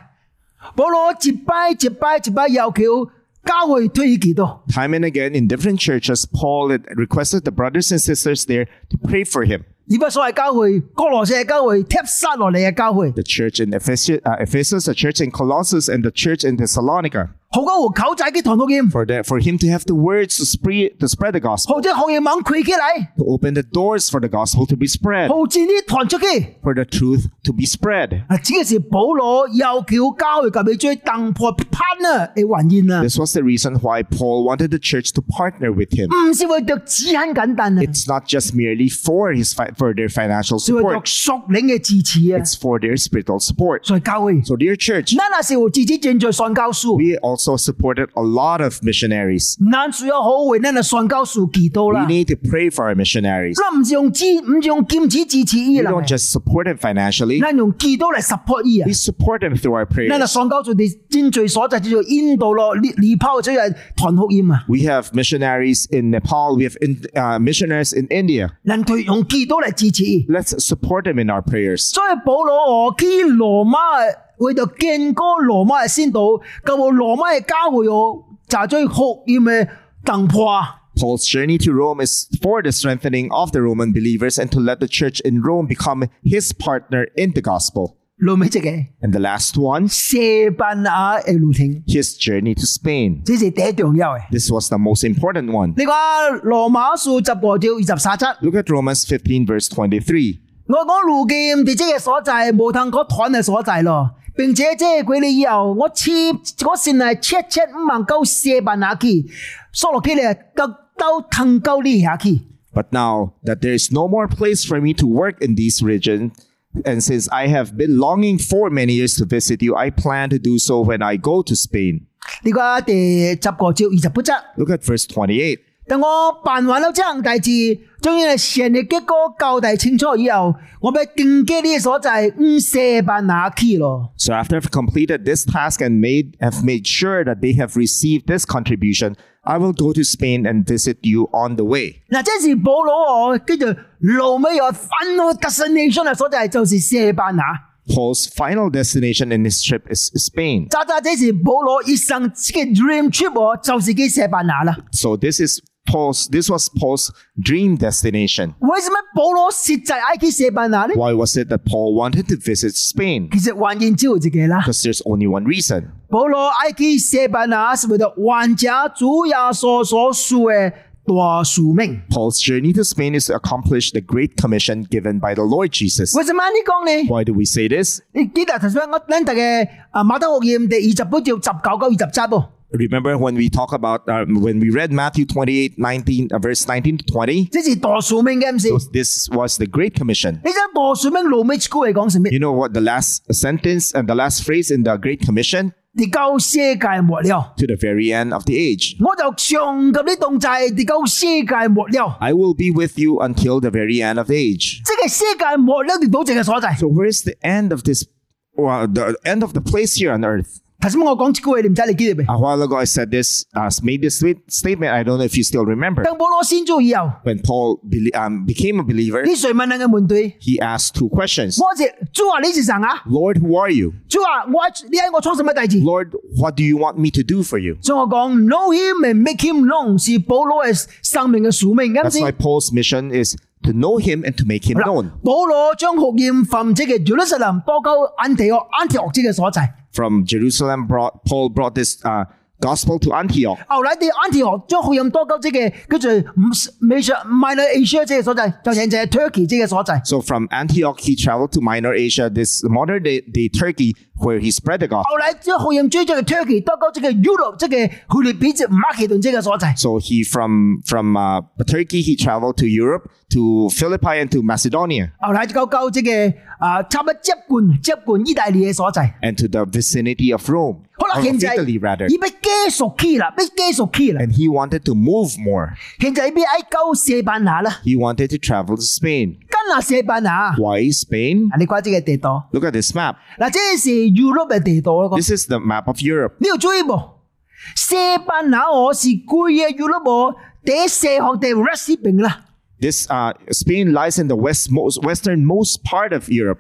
A: 保羅一拜一拜一拜要求教會推以祈禱。
B: Time and again, in different churches, Paul had requested the brothers and sisters there to pray for him.
A: 而不所謂教會，哥羅西嘅教會、帖撒羅尼嘅教會，
B: the church in Ephesus, uh, Ephesus, the church in Colossus, and the church in Thessalonica.
A: 好過我口仔嘅堂福音，
B: For the, for him to have the words to spread to spread the gospel,
A: 或者學嘢猛攰起嚟，
B: to open the doors for the gospel to be spread,
A: 好似啲傳出去。
B: for the truth to be spread.
A: 啊，这个是保罗又叫教会及你最突破攀啊嘅原因啊，
B: This was the reason why Paul wanted the church to partner with him.
A: 唔是為着只很簡單啊，
B: It's not just merely for his fi- for their financial
A: 是為着
B: support;
A: 屬靈嘅支持啊。
B: it's for their spiritual support.
A: 所以教會，
B: So, dear church,
A: 咱那時候自己正在上教書，
B: we also supported a lot of missionaries.
A: 咱需要好為咱嘅上教書祈禱
B: We
A: 啦。
B: need to pray for our missionaries.
A: 咱唔是用支，唔是用劍指支持伊
B: We
A: 啦，
B: don't just support them financially;
A: 咱用祈禱嚟 support 伊啊
B: we。support them through our prayers.
A: 咱啊上教書哋正在所在叫做印度咯，呢呢拋即係團福音啊，
B: We have missionaries in Nepal. We have in, uh, missionaries in India.
A: 咱佢用祈禱嚟支持伊。
B: Let's support them in our prayers.
A: 所以保罗哦，去罗马嘅为咗建哥罗马嘅先道，救我罗马嘅教会哦，就最福音嘅突破。
B: Paul's journey to Rome is for the strengthening of the Roman believers and to let the church in Rome become his partner in the gospel.
A: 路尾即嘅
B: And the last one,
A: 西班牙嘅路程，
B: his journey to Spain.
A: 这是第一重要嘅。
B: This was the most important one.
A: 你讲罗马书十五章二十三节，
B: Look at Romans 15, verse 23.
A: 我讲路剑地即嘅所在，无通可团嘅所在咯。并且即係佢哋以後，我切我先係切切五萬九四萬下去，索落去咧，得到騰高呢下去。
B: But now that there is no more place for me to work in these regions, and since I have been longing for many years to visit you, I plan to do so when I go to Spain.
A: 呢個第十個照二十八則，
B: Look at verse 28.
A: 但我办完了这项大事，将呢神嘅结果交代清楚以后，我要更加呢所在唔射办哪去咯。
B: So after I've completed this task and made have made sure that they have received this contribution, I will go to Spain and visit you on the way.
A: 嗱，这是保罗哦，跟住路尾哦有 final destination 嘅所在就是射办哪。
B: Paul's final destination in his trip is Spain.
A: 渣渣这是保罗一生嘅 dream trip 哦，就是去射办哪啦。
B: So this is Paul's this was Paul's dream destination.
A: 为什么保罗实在爱去射办哪呢？
B: Why was it that Paul wanted to visit Spain?
A: 其实還原之後自己啦，
B: Because there's only one reason.
A: 保羅埃及舍伯那是為咗患者主耶穌所屬嘅大使命。
B: Paul's journey to Spain is to accomplish the great commission given by the Lord Jesus.
A: 為什麼你講呢？
B: Why do we say this?
A: 你記得頭先我拎特嘅啊馬太福音第二十八條十九到二十七喎，
B: Remember when we talk about uh, when we read Matthew 28 19 uh, verse 19 to 20?
A: 這是大使命嘅唔是？
B: So This was the great commission.
A: 你想大使命路尾句嚟講什麼？
B: You know what the last sentence and the last phrase in the great commission
A: 地夠世界末了，
B: to the very end of the age.
A: 我就上及呢動掣，地夠世界末了。
B: I will be with you until the very end of the age.
A: 即係世界末了，你到這嘅所在。
B: So where's the end of this well, the end of the place here on earth?
A: 頭先我講句嘢，你唔知你記得未？
B: A while ago I said this uh, made this sweet statement. I don't know if you still remember.
A: 等保羅先做以後，
B: When Paul beli- um, became a believer,
A: 你誰問你嘅門隊？
B: he asked two questions.
A: 我是主啊，你是神啊！
B: Lord, who are you?
A: 主啊，我你喺我初什么大事？
B: Lord, what do you want me to do for you?
A: 所以我讲 know him and make him known 是保罗嘅生命嘅使命，啱
B: That's
A: 先
B: why。Paul's mission is to know him and to make him
A: 好
B: known.
A: 啦保罗將學驗分子嘅 Jerusalem 多鳩安提奧安提奧之嘅所在，
B: From Jerusalem, brought, Paul brought this uh, gospel to Antioch.
A: 後來啲安提奧將學驗多鳩之嘅跟住唔美上 Minor Asia 之嘅所在，就現在 Turkey 之嘅所在。
B: So from Antioch, he traveled to Minor Asia, this modern day, day Turkey, where he spread the gospel.
A: 後來將學驗追咗嘅 Turkey 多鳩之嘅 Europe 即嘅佢哋比至馬其頓之嘅所在。
B: So he from from uh, Turkey, he traveled to Europe, to Philippi, and to Macedonia,
A: 後來鳩鳩之嘅啊差不多接管接管意大利嘅所在。
B: and to the vicinity of Rome,
A: 好啦，
B: or
A: 現
B: of
A: 在
B: Italy rather.
A: 已被基屬 key 啦，被基屬 key 啦。
B: And he wanted to move more.
A: 現在已被埃及射班拿啦，
B: He wanted to travel to Spain.
A: 跟拿射班拿。嗱，
B: Why Spain?
A: 你關知嘅地道，
B: Look at this map.
A: 嗱，這是 Europe 嘅地道咯。講
B: This is the map of Europe.
A: 你要注意喎，射班拿我是貴嘅 Europe 喎第四項地 West 邊啦，
B: This uh, Spain lies in the westmost, westernmost part of Europe.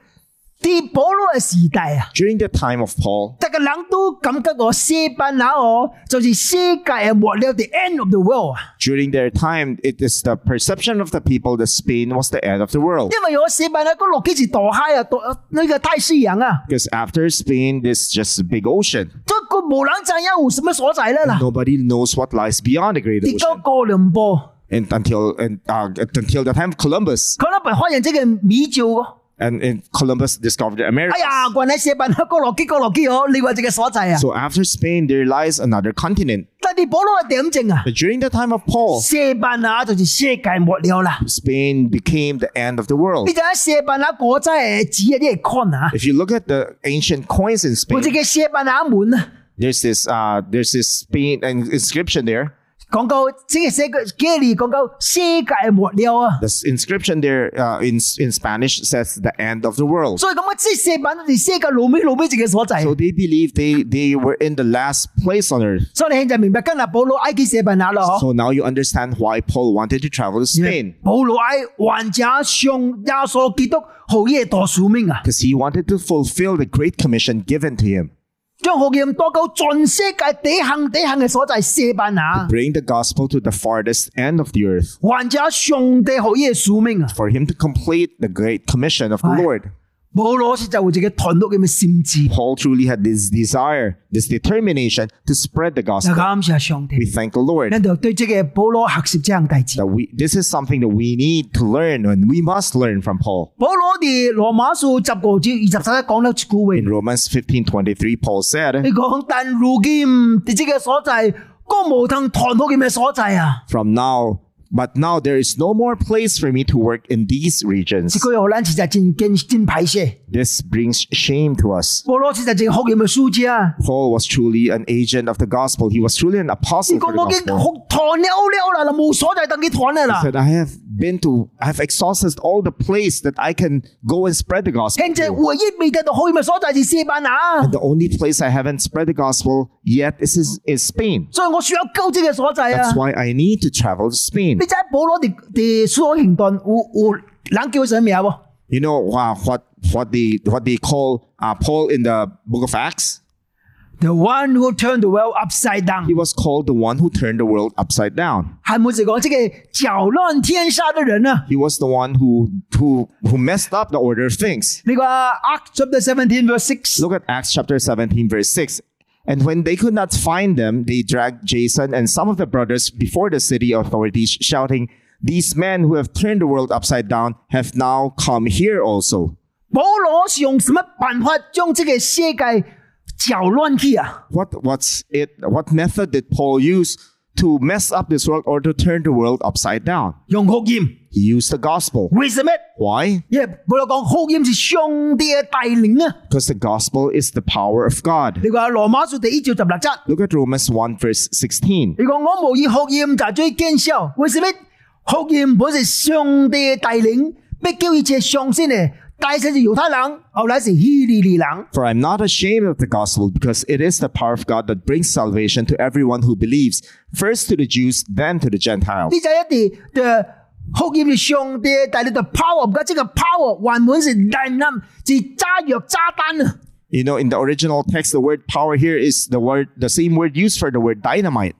A: 啲保羅嘅時代啊。
B: During the time of Paul,
A: 大家人都感覺我射班拿我就是世界嘅末了，the end of the world 啊！
B: during their time, it is the perception of the people that Spain was the end of the world.
A: 因為我射班拿嗰落幾時墮海啊，墮呢個太西洋啊，
B: Because after Spain, this just a big ocean.
A: 中國無人真有什麼所在咧嗱？
B: Nobody knows what lies beyond the great
A: 跌咗
B: ocean.
A: 哥倫布。
B: And until and uh, until the time of Columbus,
A: 佢咧被開人即嘅米照喎。
B: and, and Columbus discovered America.
A: 哎呀，棍喺射笨哥落基哥落基哦，你話自己所制啊？
B: So after Spain, there lies another continent.
A: 但係保羅係點正啊？
B: But during the time of Paul,
A: 射笨啊，就是世界末了啦！
B: Spain became the end of the world.
A: 你就喺射笨啊嗰真係指一啲係 con 啊，
B: If you look at the ancient coins in
A: 或
B: Spain,
A: 者嘅射笨啊門啊，
B: there's this uh, there's this Spain and inscription there.
A: 講到即係寫個 g a l 講到世界末了啊！
B: The inscription there uh, in in Spanish says the end of the world.
A: 所以咁我即係射笨，我哋世界老尾老尾自己所制。
B: So they believe they they were in the last place on earth.
A: 所以你現在明白跟阿保羅埃及射笨啊啦嗬？
B: So now you understand why Paul wanted to travel to
A: 因為
B: Spain
A: 保羅埃患者上耶穌基督好嘢多使命啊！
B: because he wanted to fulfill the great commission given to him,
A: 将学验多到尽世界底行底行嘅所在射班啊！
B: bring the gospel to the farthest end of the earth,
A: 患者上帝学嘢使命啊！
B: for him to complete the great commission of the
A: Right.
B: Lord.
A: 保罗是就会自己团到咁嘅心智，
B: Paul truly had this desire, this determination to spread the
A: 就
B: gospel.
A: 感謝上帝
B: We。thank the Lord
A: 你就對這個保羅學習這樣弟子。
B: that we this is something that we need to learn and we must learn from Paul.
A: 保羅哋羅馬書十個至二十七講到一句
B: In
A: 話，
B: Romans 15:23, Paul
A: 你
B: said,
A: 講但如今你這個所在，哥無通團到咁嘅所在啊！
B: From now But now there is no more place for me to work in these regions.
A: 这个荷兰实在真真真歹势。
B: This brings shame to us.
A: 保罗实在真福音嘅输者啊！
B: Paul was truly an agent of the gospel. He was truly an apostle
A: 如果
B: for the
A: 我嘅
B: gospel.
A: 學團了了啦，就冇所在等佢團啦啦。
B: He said, I have been to, I have exhausted all the place that I can go and spread the gospel.
A: 現在
B: to.
A: 唯一未得到福音嘅所在是西班牙，
B: The only place I haven't spread the gospel yet is, is, is Spain.
A: 所以我需要救濟嘅所在啊
B: That's！why I need to travel to Spain.
A: 你知保羅哋哋所行動有有人叫佢啊什麼名喎？
B: You know wow, what what they what they call uh, Paul in the Book of Acts?
A: The one who turned the world upside down，
B: He was called the one who turned the world upside down.
A: 係每次講即係攪亂天下的人啊！
B: He was the one who who who messed up the order of things.
A: 呢個 Act chapter seventeen verse six，
B: Look at Acts chapter 17 verse 6. And when they could not find them, they dragged Jason and some of the brothers before the city authorities shouting, "These men who have turned the world upside down have now come here also."
A: 保羅是用什麼辦法將即係世界攪亂去啊？
B: What what's it what method did Paul use to mess up this world or to turn the world upside down?
A: 用福音，
B: He used the gospel.
A: 為什麼？
B: Why?
A: 因為保羅講福音是上帝嘅帶領啊！
B: Because the gospel is the power of God.
A: 你話羅馬書第一章十六節。
B: Look at Romans 1 verse 16.
A: 如果我無意學驗，就最見笑。為什麼學驗本是上帝嘅帶領，必叫一切相信嘅，大先是猶太人，後來是希利利人。
B: For I'm not ashamed of the gospel because it is the power of God that brings salvation to everyone who believes, first to the Jews, then to the Gentiles.
A: 呢就一啲嘅學驗是上帝嘅帶領，就 power 嘅，即個 power 原本是能量，是炸藥炸彈啊！
B: You know, in the original text, the word power here is the word, the same word used for the word dynamite.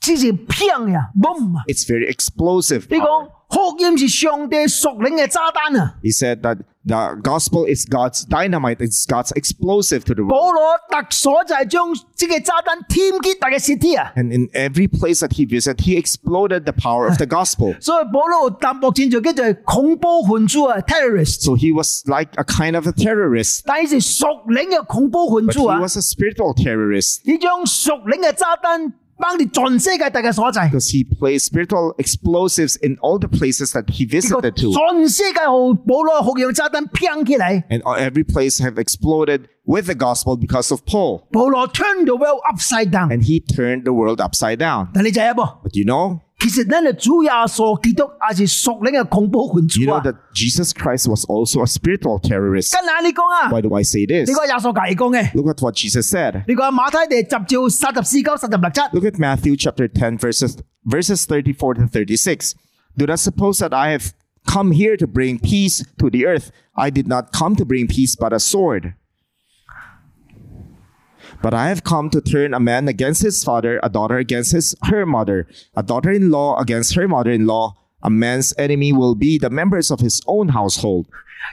A: 只是砰呀，boom 啊！
B: It's very explosive.
A: 你
B: power.
A: 講學驗是上帝屬靈嘅炸彈啊！
B: He said that the gospel is God's dynamite, it's God's explosive to the world.
A: 保羅特所就係將呢個炸彈添擊大嘅舌體啊！
B: And in every place that he visited, he exploded the power of the gospel.
A: 所以保羅淡薄戰就叫做恐怖分子啊，terrorist。
B: So he was like a kind of a terrorist,
A: 但係是屬靈嘅恐怖分
B: but he
A: 子啊！
B: was a spiritual terrorist
A: 你將屬靈嘅炸彈掹你全世界大嘅所在，
B: because he placed spiritual explosives in all the places that he
A: 結果
B: visited to.
A: 全世界好保羅學用炸彈砰起嚟，
B: And every place have exploded with the gospel because of Paul.
A: 保羅 turn the world upside down。
B: And he turned the world upside down.
A: 但你就係噃，
B: But you know,
A: 其實呢，你主耶穌基督也是屬靈嘅恐怖分子
B: you know
A: 啊！
B: that Jesus Christ was also a spiritual terrorist.
A: 跟哪你講啊？
B: Why do I say this?
A: 你個耶穌解講嘅，
B: Look at what Jesus said.
A: 你個馬太第十章三十四九、三十六節。
B: Look at Matthew chapter 10, verses, verses 34 to 36. Do not suppose that I have come here to bring peace to the earth. I did not come to bring peace, but a sword. But I have come to turn a man against his father, a daughter against his her mother, a daughter in law against her mother in law. A man's enemy will be the members of his own household.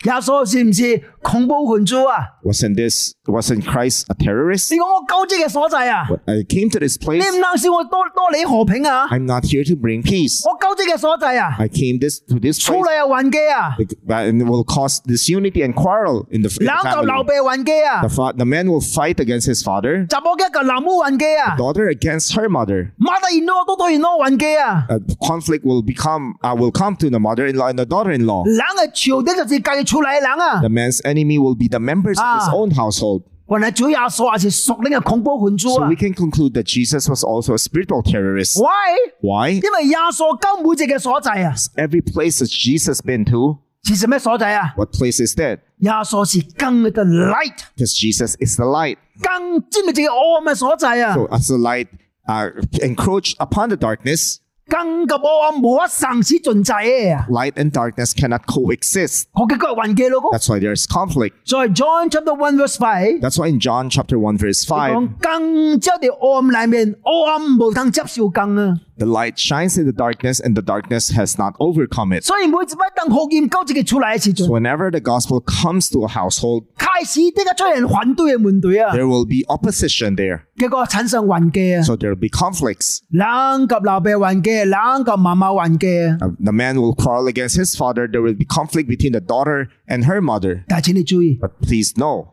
A: 耶穌是唔是恐怖分子啊？
B: Wasn't this, wasn't Christ a terrorist?
A: 你講我高職嘅所在啊？
B: But I came to this
A: 你
B: place.
A: 唔能使我多多理和平啊！
B: I'm not here to bring peace.
A: 我高職嘅所在啊！
B: I came this to this
A: 粗
B: place
A: 嚟又還機啊，
B: and it will cause disunity and quarrel in the, in the
A: 兩嚿
B: family.
A: 流鼻還機啊
B: The，fa- the man will fight against his father,
A: 集我一嚿南烏還機啊，
B: daughter against her mother.
A: 馬特現攞都對現攞還機啊，
B: A conflict will become uh, will come to the mother-in-law and the daughter-in-law.
A: 冷係朝頂就是計出嚟冷啊
B: The，man's enemy will be the members of his
A: Ah.
B: own household.
A: 原來主耶穌也是屬靈嘅恐怖分子
B: So
A: 啊
B: we can conclude that Jesus was also a spiritual terrorist.
A: ，why？
B: Why?
A: 因為耶穌根本只嘅所在啊，
B: Every place that Jesus been to,
A: 是什麼所在啊？
B: what place is that?
A: 耶穌是更嘅 light，
B: Because Jesus is the light.
A: 更知咪只嘅黑暗嘅所在啊，
B: So as the light uh, encroached upon the darkness,
A: 更嘅黑暗冇一生是存在嘅啊，
B: light and darkness cannot coexist.
A: 我嘅腳還機咯，
B: That's why there's conflict.
A: 所以 John chapter one verse five。
B: That's why in John chapter 1 verse 5,
A: 讲更即系黑暗里面，黑暗无通接受更啊！
B: the light shines in the darkness and the darkness has not overcome it.
A: 所以每次一等福音交自己出嚟嘅时
B: So
A: 候，
B: whenever the gospel comes to a household,
A: 开始呢个出现反对嘅门队啊，
B: there will be opposition there.
A: 结果产生混嘅啊，
B: So there will be conflicts.
A: 冷及流鼻混嘅，冷及嫲嫲混嘅。
B: Uh, The man will quarrel against his father. There will be conflict between the daughter and her mother.
A: 但系请你注意，
B: But please know,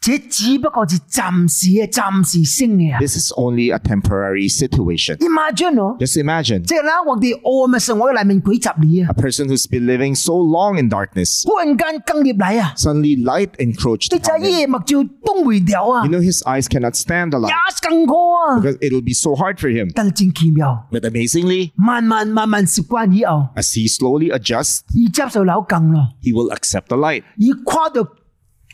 A: 这只不过是暂时嘅、暂时性嘅啊。
B: This is only a temporary situation.
A: Imagine 哦，
B: Just imagine
A: 即系啦，我哋澳嘅生活嚟面幾十年啊
B: a，person who's been living so long in darkness,
A: 忽然間更入嚟啊，
B: suddenly light encroached
A: 你就
B: upon
A: 一
B: him.
A: 夜目照東回掉啊
B: You，know, his eyes cannot stand the
A: 也
B: light
A: 更過啊。
B: because it'll be so hard for him.
A: 但係真奇妙，
B: But amazingly,
A: 慢慢慢慢習慣以後，
B: as he slowly adjusts,
A: 而接受扭更咯，
B: he will accept the light.
A: 而跨到啊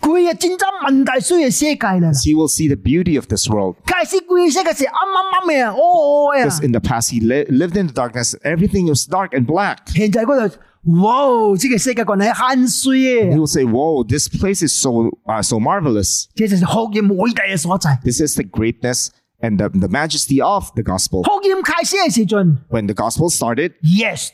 A: 佢嘅戰爭問題需要世界啦。
B: He will see the beauty of this world.
A: 介紹佢識嘅時候，啱啱啱嘅，哦哦嘅。
B: Because in the past, he li- lived in the darkness. Everything was dark and black.
A: 現在嗰度，哇！即個世界còn係慳水
B: He
A: 嘅，
B: will say, "Whoa, this place is so uh, so marvelous.
A: 這就係學業偉大嘅所在。
B: This is the greatness and the, the majesty of the gospel."
A: 學業開始嘅時陣
B: When the gospel started,
A: ，yes，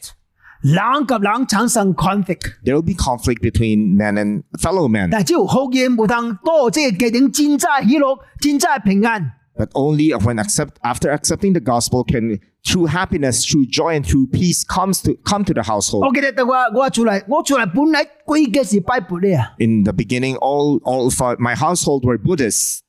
A: 冷及冷產生 conflict，
B: there will be conflict between men and fellow men,
A: 但係只要學業冇能多，即係既定戰爭喜樂、戰爭平安。
B: but only when accept after accepting the gospel can true happiness, true joy, and true peace comes to come to the household.
A: 我記得我我出嚟，我出嚟本嚟鬼嘅是拜佛咧啊！
B: In the beginning, all all of our- my household were Buddhists.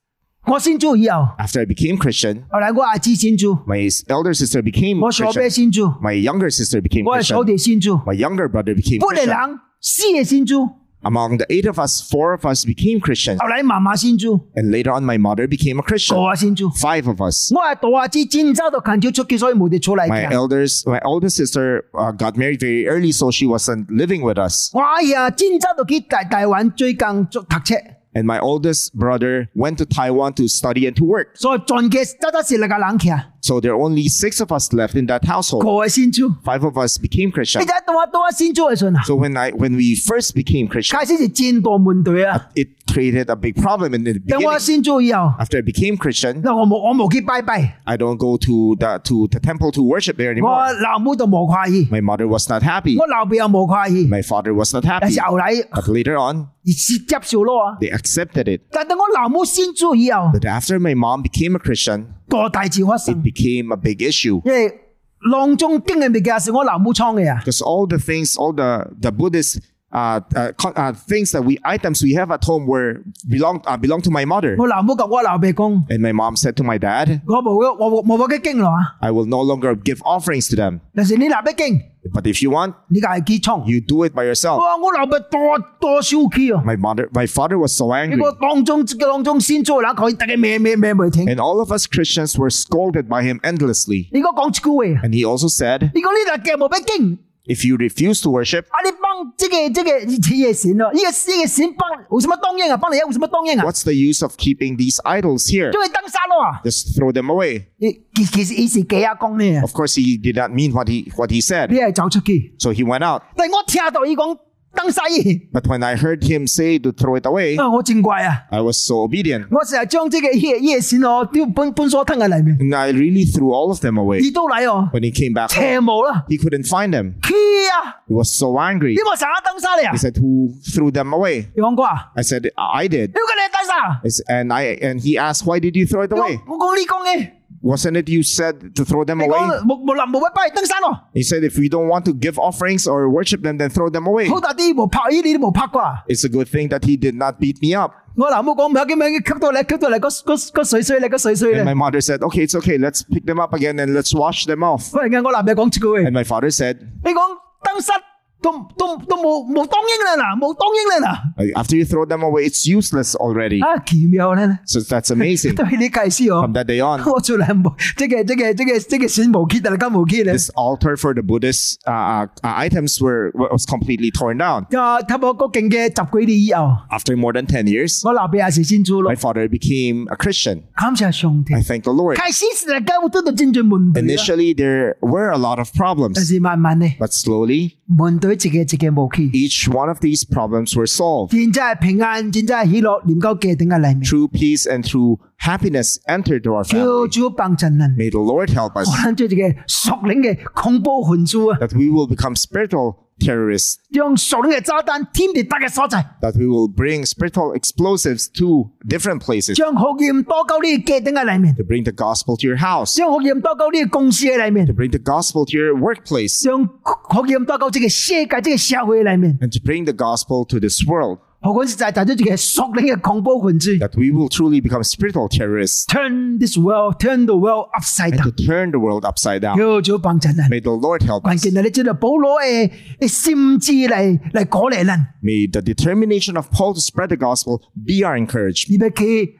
A: 我先做以後，
B: After I became Christian,
A: 後來我阿姊先做，
B: my s- elder sister became
A: 我小
B: Christian.
A: 伯先做，
B: My younger sister became
A: 我係小
B: Christian.
A: 弟先做，
B: My younger brother became
A: 本嚟
B: Christian.
A: 人師爺先做，後
B: Among the eight of us, four of us became Christians.
A: 來嫲嫲先做，
B: And later on, my mother became a Christian.
A: 我先做。
B: Five of us.
A: 啊我係大阿姊戰爭度近少出去，所以冇哋出嚟
B: My
A: 嘅。
B: elders, my oldest sister uh, got married very early, so she wasn't living with us.
A: 我阿爺戰爭度去大大灣最近做讀冊，
B: And my oldest brother went to Taiwan to study and to work.
A: 所以盡嘅真真是嚟個冷氣啊！
B: So there are only six of us left in that household.
A: 個先做，你
B: Five of us became Christian.
A: 睇到我到我先做嘅時候啊，
B: So when I when we first became Christian,
A: 開始是戰鬥門隊啊！
B: it created a big problem in the
A: 等我
B: beginning.
A: 先做以後，
B: After I became Christian,
A: 嗱我冇我冇去拜拜，
B: I don't go to the to the temple to worship there
A: 我
B: anymore.
A: 老母就冇掛意。
B: My mother was not happy.
A: 我老爸又冇怪意，
B: My father was not
A: 但
B: happy.
A: 是後來而
B: But later on,
A: 是接受咯啊。
B: they accepted it.
A: 但等我老母先做以後，
B: But after my mom became a Christian,
A: 大大事發
B: it
A: 生，
B: became a big issue.
A: 因為浪中經嘅物件是我老母創嘅啊。
B: Because all the things, all the, the Buddhist uh, uh, co- uh, things that we, items we have at home were belong, uh, belong to my mother.
A: 我老母同我老爸講：
B: And my mom said to my dad,
A: 我冇我我冇嘅經咯啊，
B: I will no longer give offerings to them.
A: 但是你立得經，
B: But if you want,
A: 你係幾創？
B: you do it by yourself.
A: 哇！我老爸多多小氣啊！
B: My mother, my father was so
A: 呢
B: angry.
A: 個當中嘅浪中先做啦，佢大家咩咩咩未聽。
B: And all of us Christians were scolded by him endlessly.
A: 你講講一句話啊，
B: And he also said,
A: 你講呢度嘅冇俾經，
B: if you refuse to worship,
A: 啊你幫即係即係呢個神咯，呢個呢個神幫有什麼當應啊？幫你有什麼當應啊？
B: what's the use of keeping these idols here?
A: 因為登山咯啊！
B: Just throw them away.
A: 其其實以前幾阿公呢，
B: Of course, he did not mean what he what he
A: 你
B: said.
A: 係走出去，
B: So he went out.
A: 但係我聽到佢講登山，
B: But when I heard him say to throw it away,
A: 啊我真怪啊！
B: I was so obedient,
A: 我成日將即個夜夜線哦，都搬搬鎖吞喺裏面，
B: and I really threw all of them away.
A: 二刀嚟哦，
B: When he came back,
A: 邪無啦，
B: he couldn't find them.
A: 去啊！
B: He was so angry.
A: 你冇成日登山嚟啊
B: He？said, "Who threw them away?"
A: 你講過啊？
B: I said, "I I did."
A: 你講你登山啊？
B: I s- And I and he asked, "Why did you throw it
A: 我
B: away?
A: 我講呢講嘅，
B: Wasn't it you said to throw them
A: 你
B: away?"
A: 講無無林無乜不如登山咯，
B: He said, "If we don't want to give offerings or worship them, then throw them away."
A: 好大啲無拍，咦你都冇拍過啊？
B: It's a good thing that he did not beat me up.
A: 我嗱冇講唔有幾名，吸到你吸到你個個個水水你個水水
B: And
A: 咧
B: my。mother said, "Okay, it's okay. Let's pick them up again and let's wash them off."
A: 忽然間我男嘅講出句喂
B: And，my father said,
A: 你講登山都都都冇冇當應啦嗱，冇當應啦嗱。
B: after you throw them away, it's useless already.
A: 啊，奇妙咧！
B: So that's amazing.
A: 對你介意我
B: From，that day on,
A: 我做嚟冇，即係即係即係即係選無結，但係今無結咧。
B: this altar for the Buddhist uh, uh, items were was completely torn down.
A: 啊，差唔多嗰勁嘅十幾年以後，
B: After more than 10 years,
A: 我留俾阿時先做咯
B: my。father became a Christian.
A: 感謝上帝
B: I，thank the Lord.
A: 開始大家會都到正進門隊啦，
B: Initially, there were a lot of
A: 啊但
B: problems,
A: 是慢慢咧，
B: but slowly,
A: 門隊自己自己無結。
B: each one of these problems were solved.
A: 現在係平安，現在係喜樂，念夠嘅頂嘅黎明。
B: True peace and true happiness entered to our
A: 叫
B: family.
A: 主幫襯人，
B: May the Lord help us
A: 我諗住嘅屬靈嘅恐怖分子啊，
B: that we will become spiritual terrorists,
A: 讓屬靈嘅炸彈天地得嘅所在，
B: that we will bring spiritual explosives to different places.
A: 將學驗多鳩呢個嘅頂嘅黎明。
B: to bring the gospel to your house,
A: 將學驗多鳩呢個公司嘅裏面
B: to，bring the gospel to your workplace,
A: 將學驗多鳩這個世界、這個社會裏面，
B: and to bring the gospel to this world.
A: 何況就係大咗住嘅屬靈嘅恐怖分子
B: that we will truly become spiritual terrorists
A: ，turn this world, turn the world upside
B: and to
A: down。
B: turn the world upside down.
A: 要做幫襯人，
B: May the Lord help
A: 關
B: us.
A: 鍵係你知道保羅嘅嘅心志嚟嚟鼓勵人，
B: May the determination of Paul to spread the gospel be our encouragement.
A: 而咪去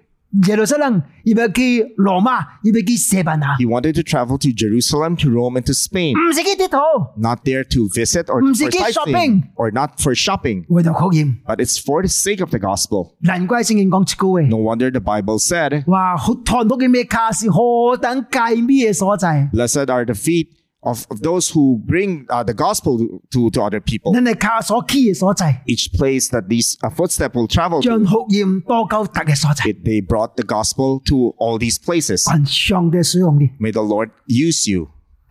A: 耶路撒冷，而咪去羅馬，而咪去西班牙，
B: He wanted to travel to Jerusalem, to Rome, and to Spain,
A: 唔是去地圖，
B: not there to visit or
A: Mm,
B: for
A: sige,
B: sightseeing
A: shopping.
B: or not for shopping,
A: 為到確認。
B: but it's for the sake of the gospel.
A: 難怪聖經講出句話
B: No wonder the Bible said,
A: 話好看到嘅咩卡是何等界咩所在？
B: Blessed are the feet of, of those who bring uh, the gospel to- to, to other people.
A: 因係卡所基嘅所在，
B: Each place that these uh, footsteps will travel
A: 將
B: to,
A: 學驗多鳩特嘅所在，
B: it, they brought the gospel to all these places.
A: 神上帝使用你，
B: May the Lord use you.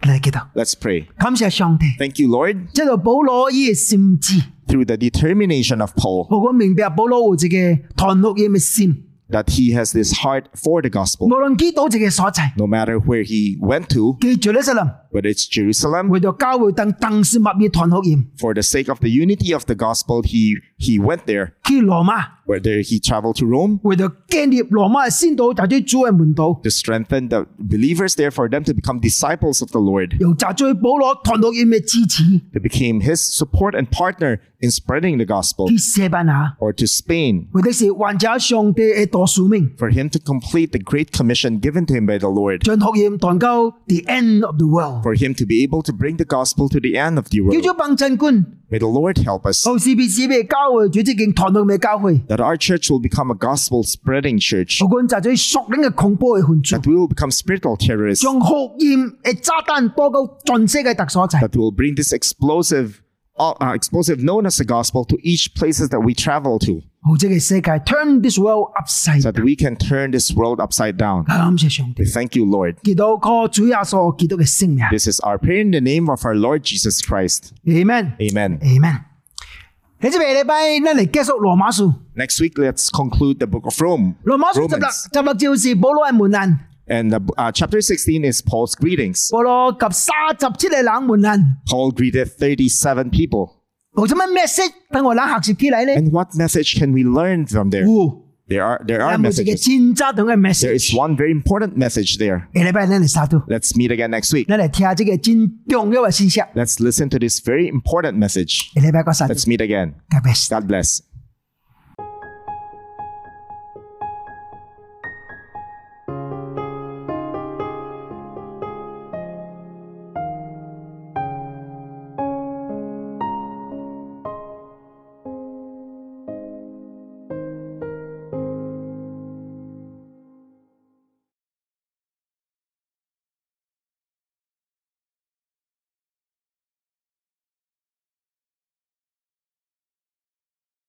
A: 你記得？
B: Let's pray.
A: 感謝上帝，
B: Thank you, Lord,
A: 即係保羅依個心志，
B: through the determination of Paul
A: 我講明白保羅有一個團學驗嘅心，
B: that he has this heart for the
A: 無
B: gospel.
A: 論幾多一個所在，
B: No matter where he went to,
A: 記住呢，實林
B: whether it's Jerusalem,
A: 為咗教會等鄧氏物業團學驗，
B: for the sake of the unity of the gospel, he he went there.
A: 去羅馬，
B: Whether he traveled to Rome
A: 為咗建立羅馬嘅先道，就啲主嘅門徒，
B: to strengthen the believers there for them to become disciples of the Lord,
A: 又集中保羅團學驗嘅支持，
B: they became his support and partner in spreading the gospel,
A: 去西班牙。
B: or to Spain
A: 或者是患者上帝嘅大使命，
B: for him to complete the great commission given to him by the Lord,
A: 將學驗團救 the end of the world。
B: for him to be able to bring the gospel to the end of the
A: 叫
B: world.
A: 做棒陣官，
B: May the Lord help us.
A: 後事必使被教會主席敬堂到嘅教會，
B: that our church will become a gospel spreading church,
A: 我管集咗屬靈嘅恐怖嘅混住，
B: that we will become spiritual terrorists,
A: 將學驗嘅炸彈多到盡息嘅特所在，
B: that we will bring this explosive, uh, uh, explosive known as the gospel to each places that we travel to,
A: 好者嘅世界 turn this world upside
B: so
A: down。
B: that we can turn this world upside down.
A: 感謝上帝
B: We，thank you, Lord.
A: 見到個主耶穌基督嘅聖名
B: This is our prayer in the name of our Lord Jesus Christ.
A: ，Amen，Amen。
B: Amen.
A: Amen 你知未？禮拜一嚟結束羅馬書，
B: Next week, let's conclude the book of Rome.
A: 羅馬書十六
B: Romans.
A: 十六章是保羅嘅門人，
B: And the, uh, chapter 16 is Paul's greetings.
A: 保羅及三十七嘅冷門人。
B: Paul greeted 37 people.
A: 冇咗乜 message 等我冷學習起嚟咧。
B: And what message can we learn from there?
A: 哦，
B: There are, there are
A: 有冇自己
B: messages.
A: 戰爭同嘅
B: There is
A: message？
B: one very important message there.
A: 下禮拜咧嚟沙都，
B: Let's meet again next week.
A: 你嚟聽下呢個戰重要嘅信息。下
B: Let's listen to this very important message.
A: 禮拜個沙都，
B: Let's meet again.
A: God bless。
B: God bless.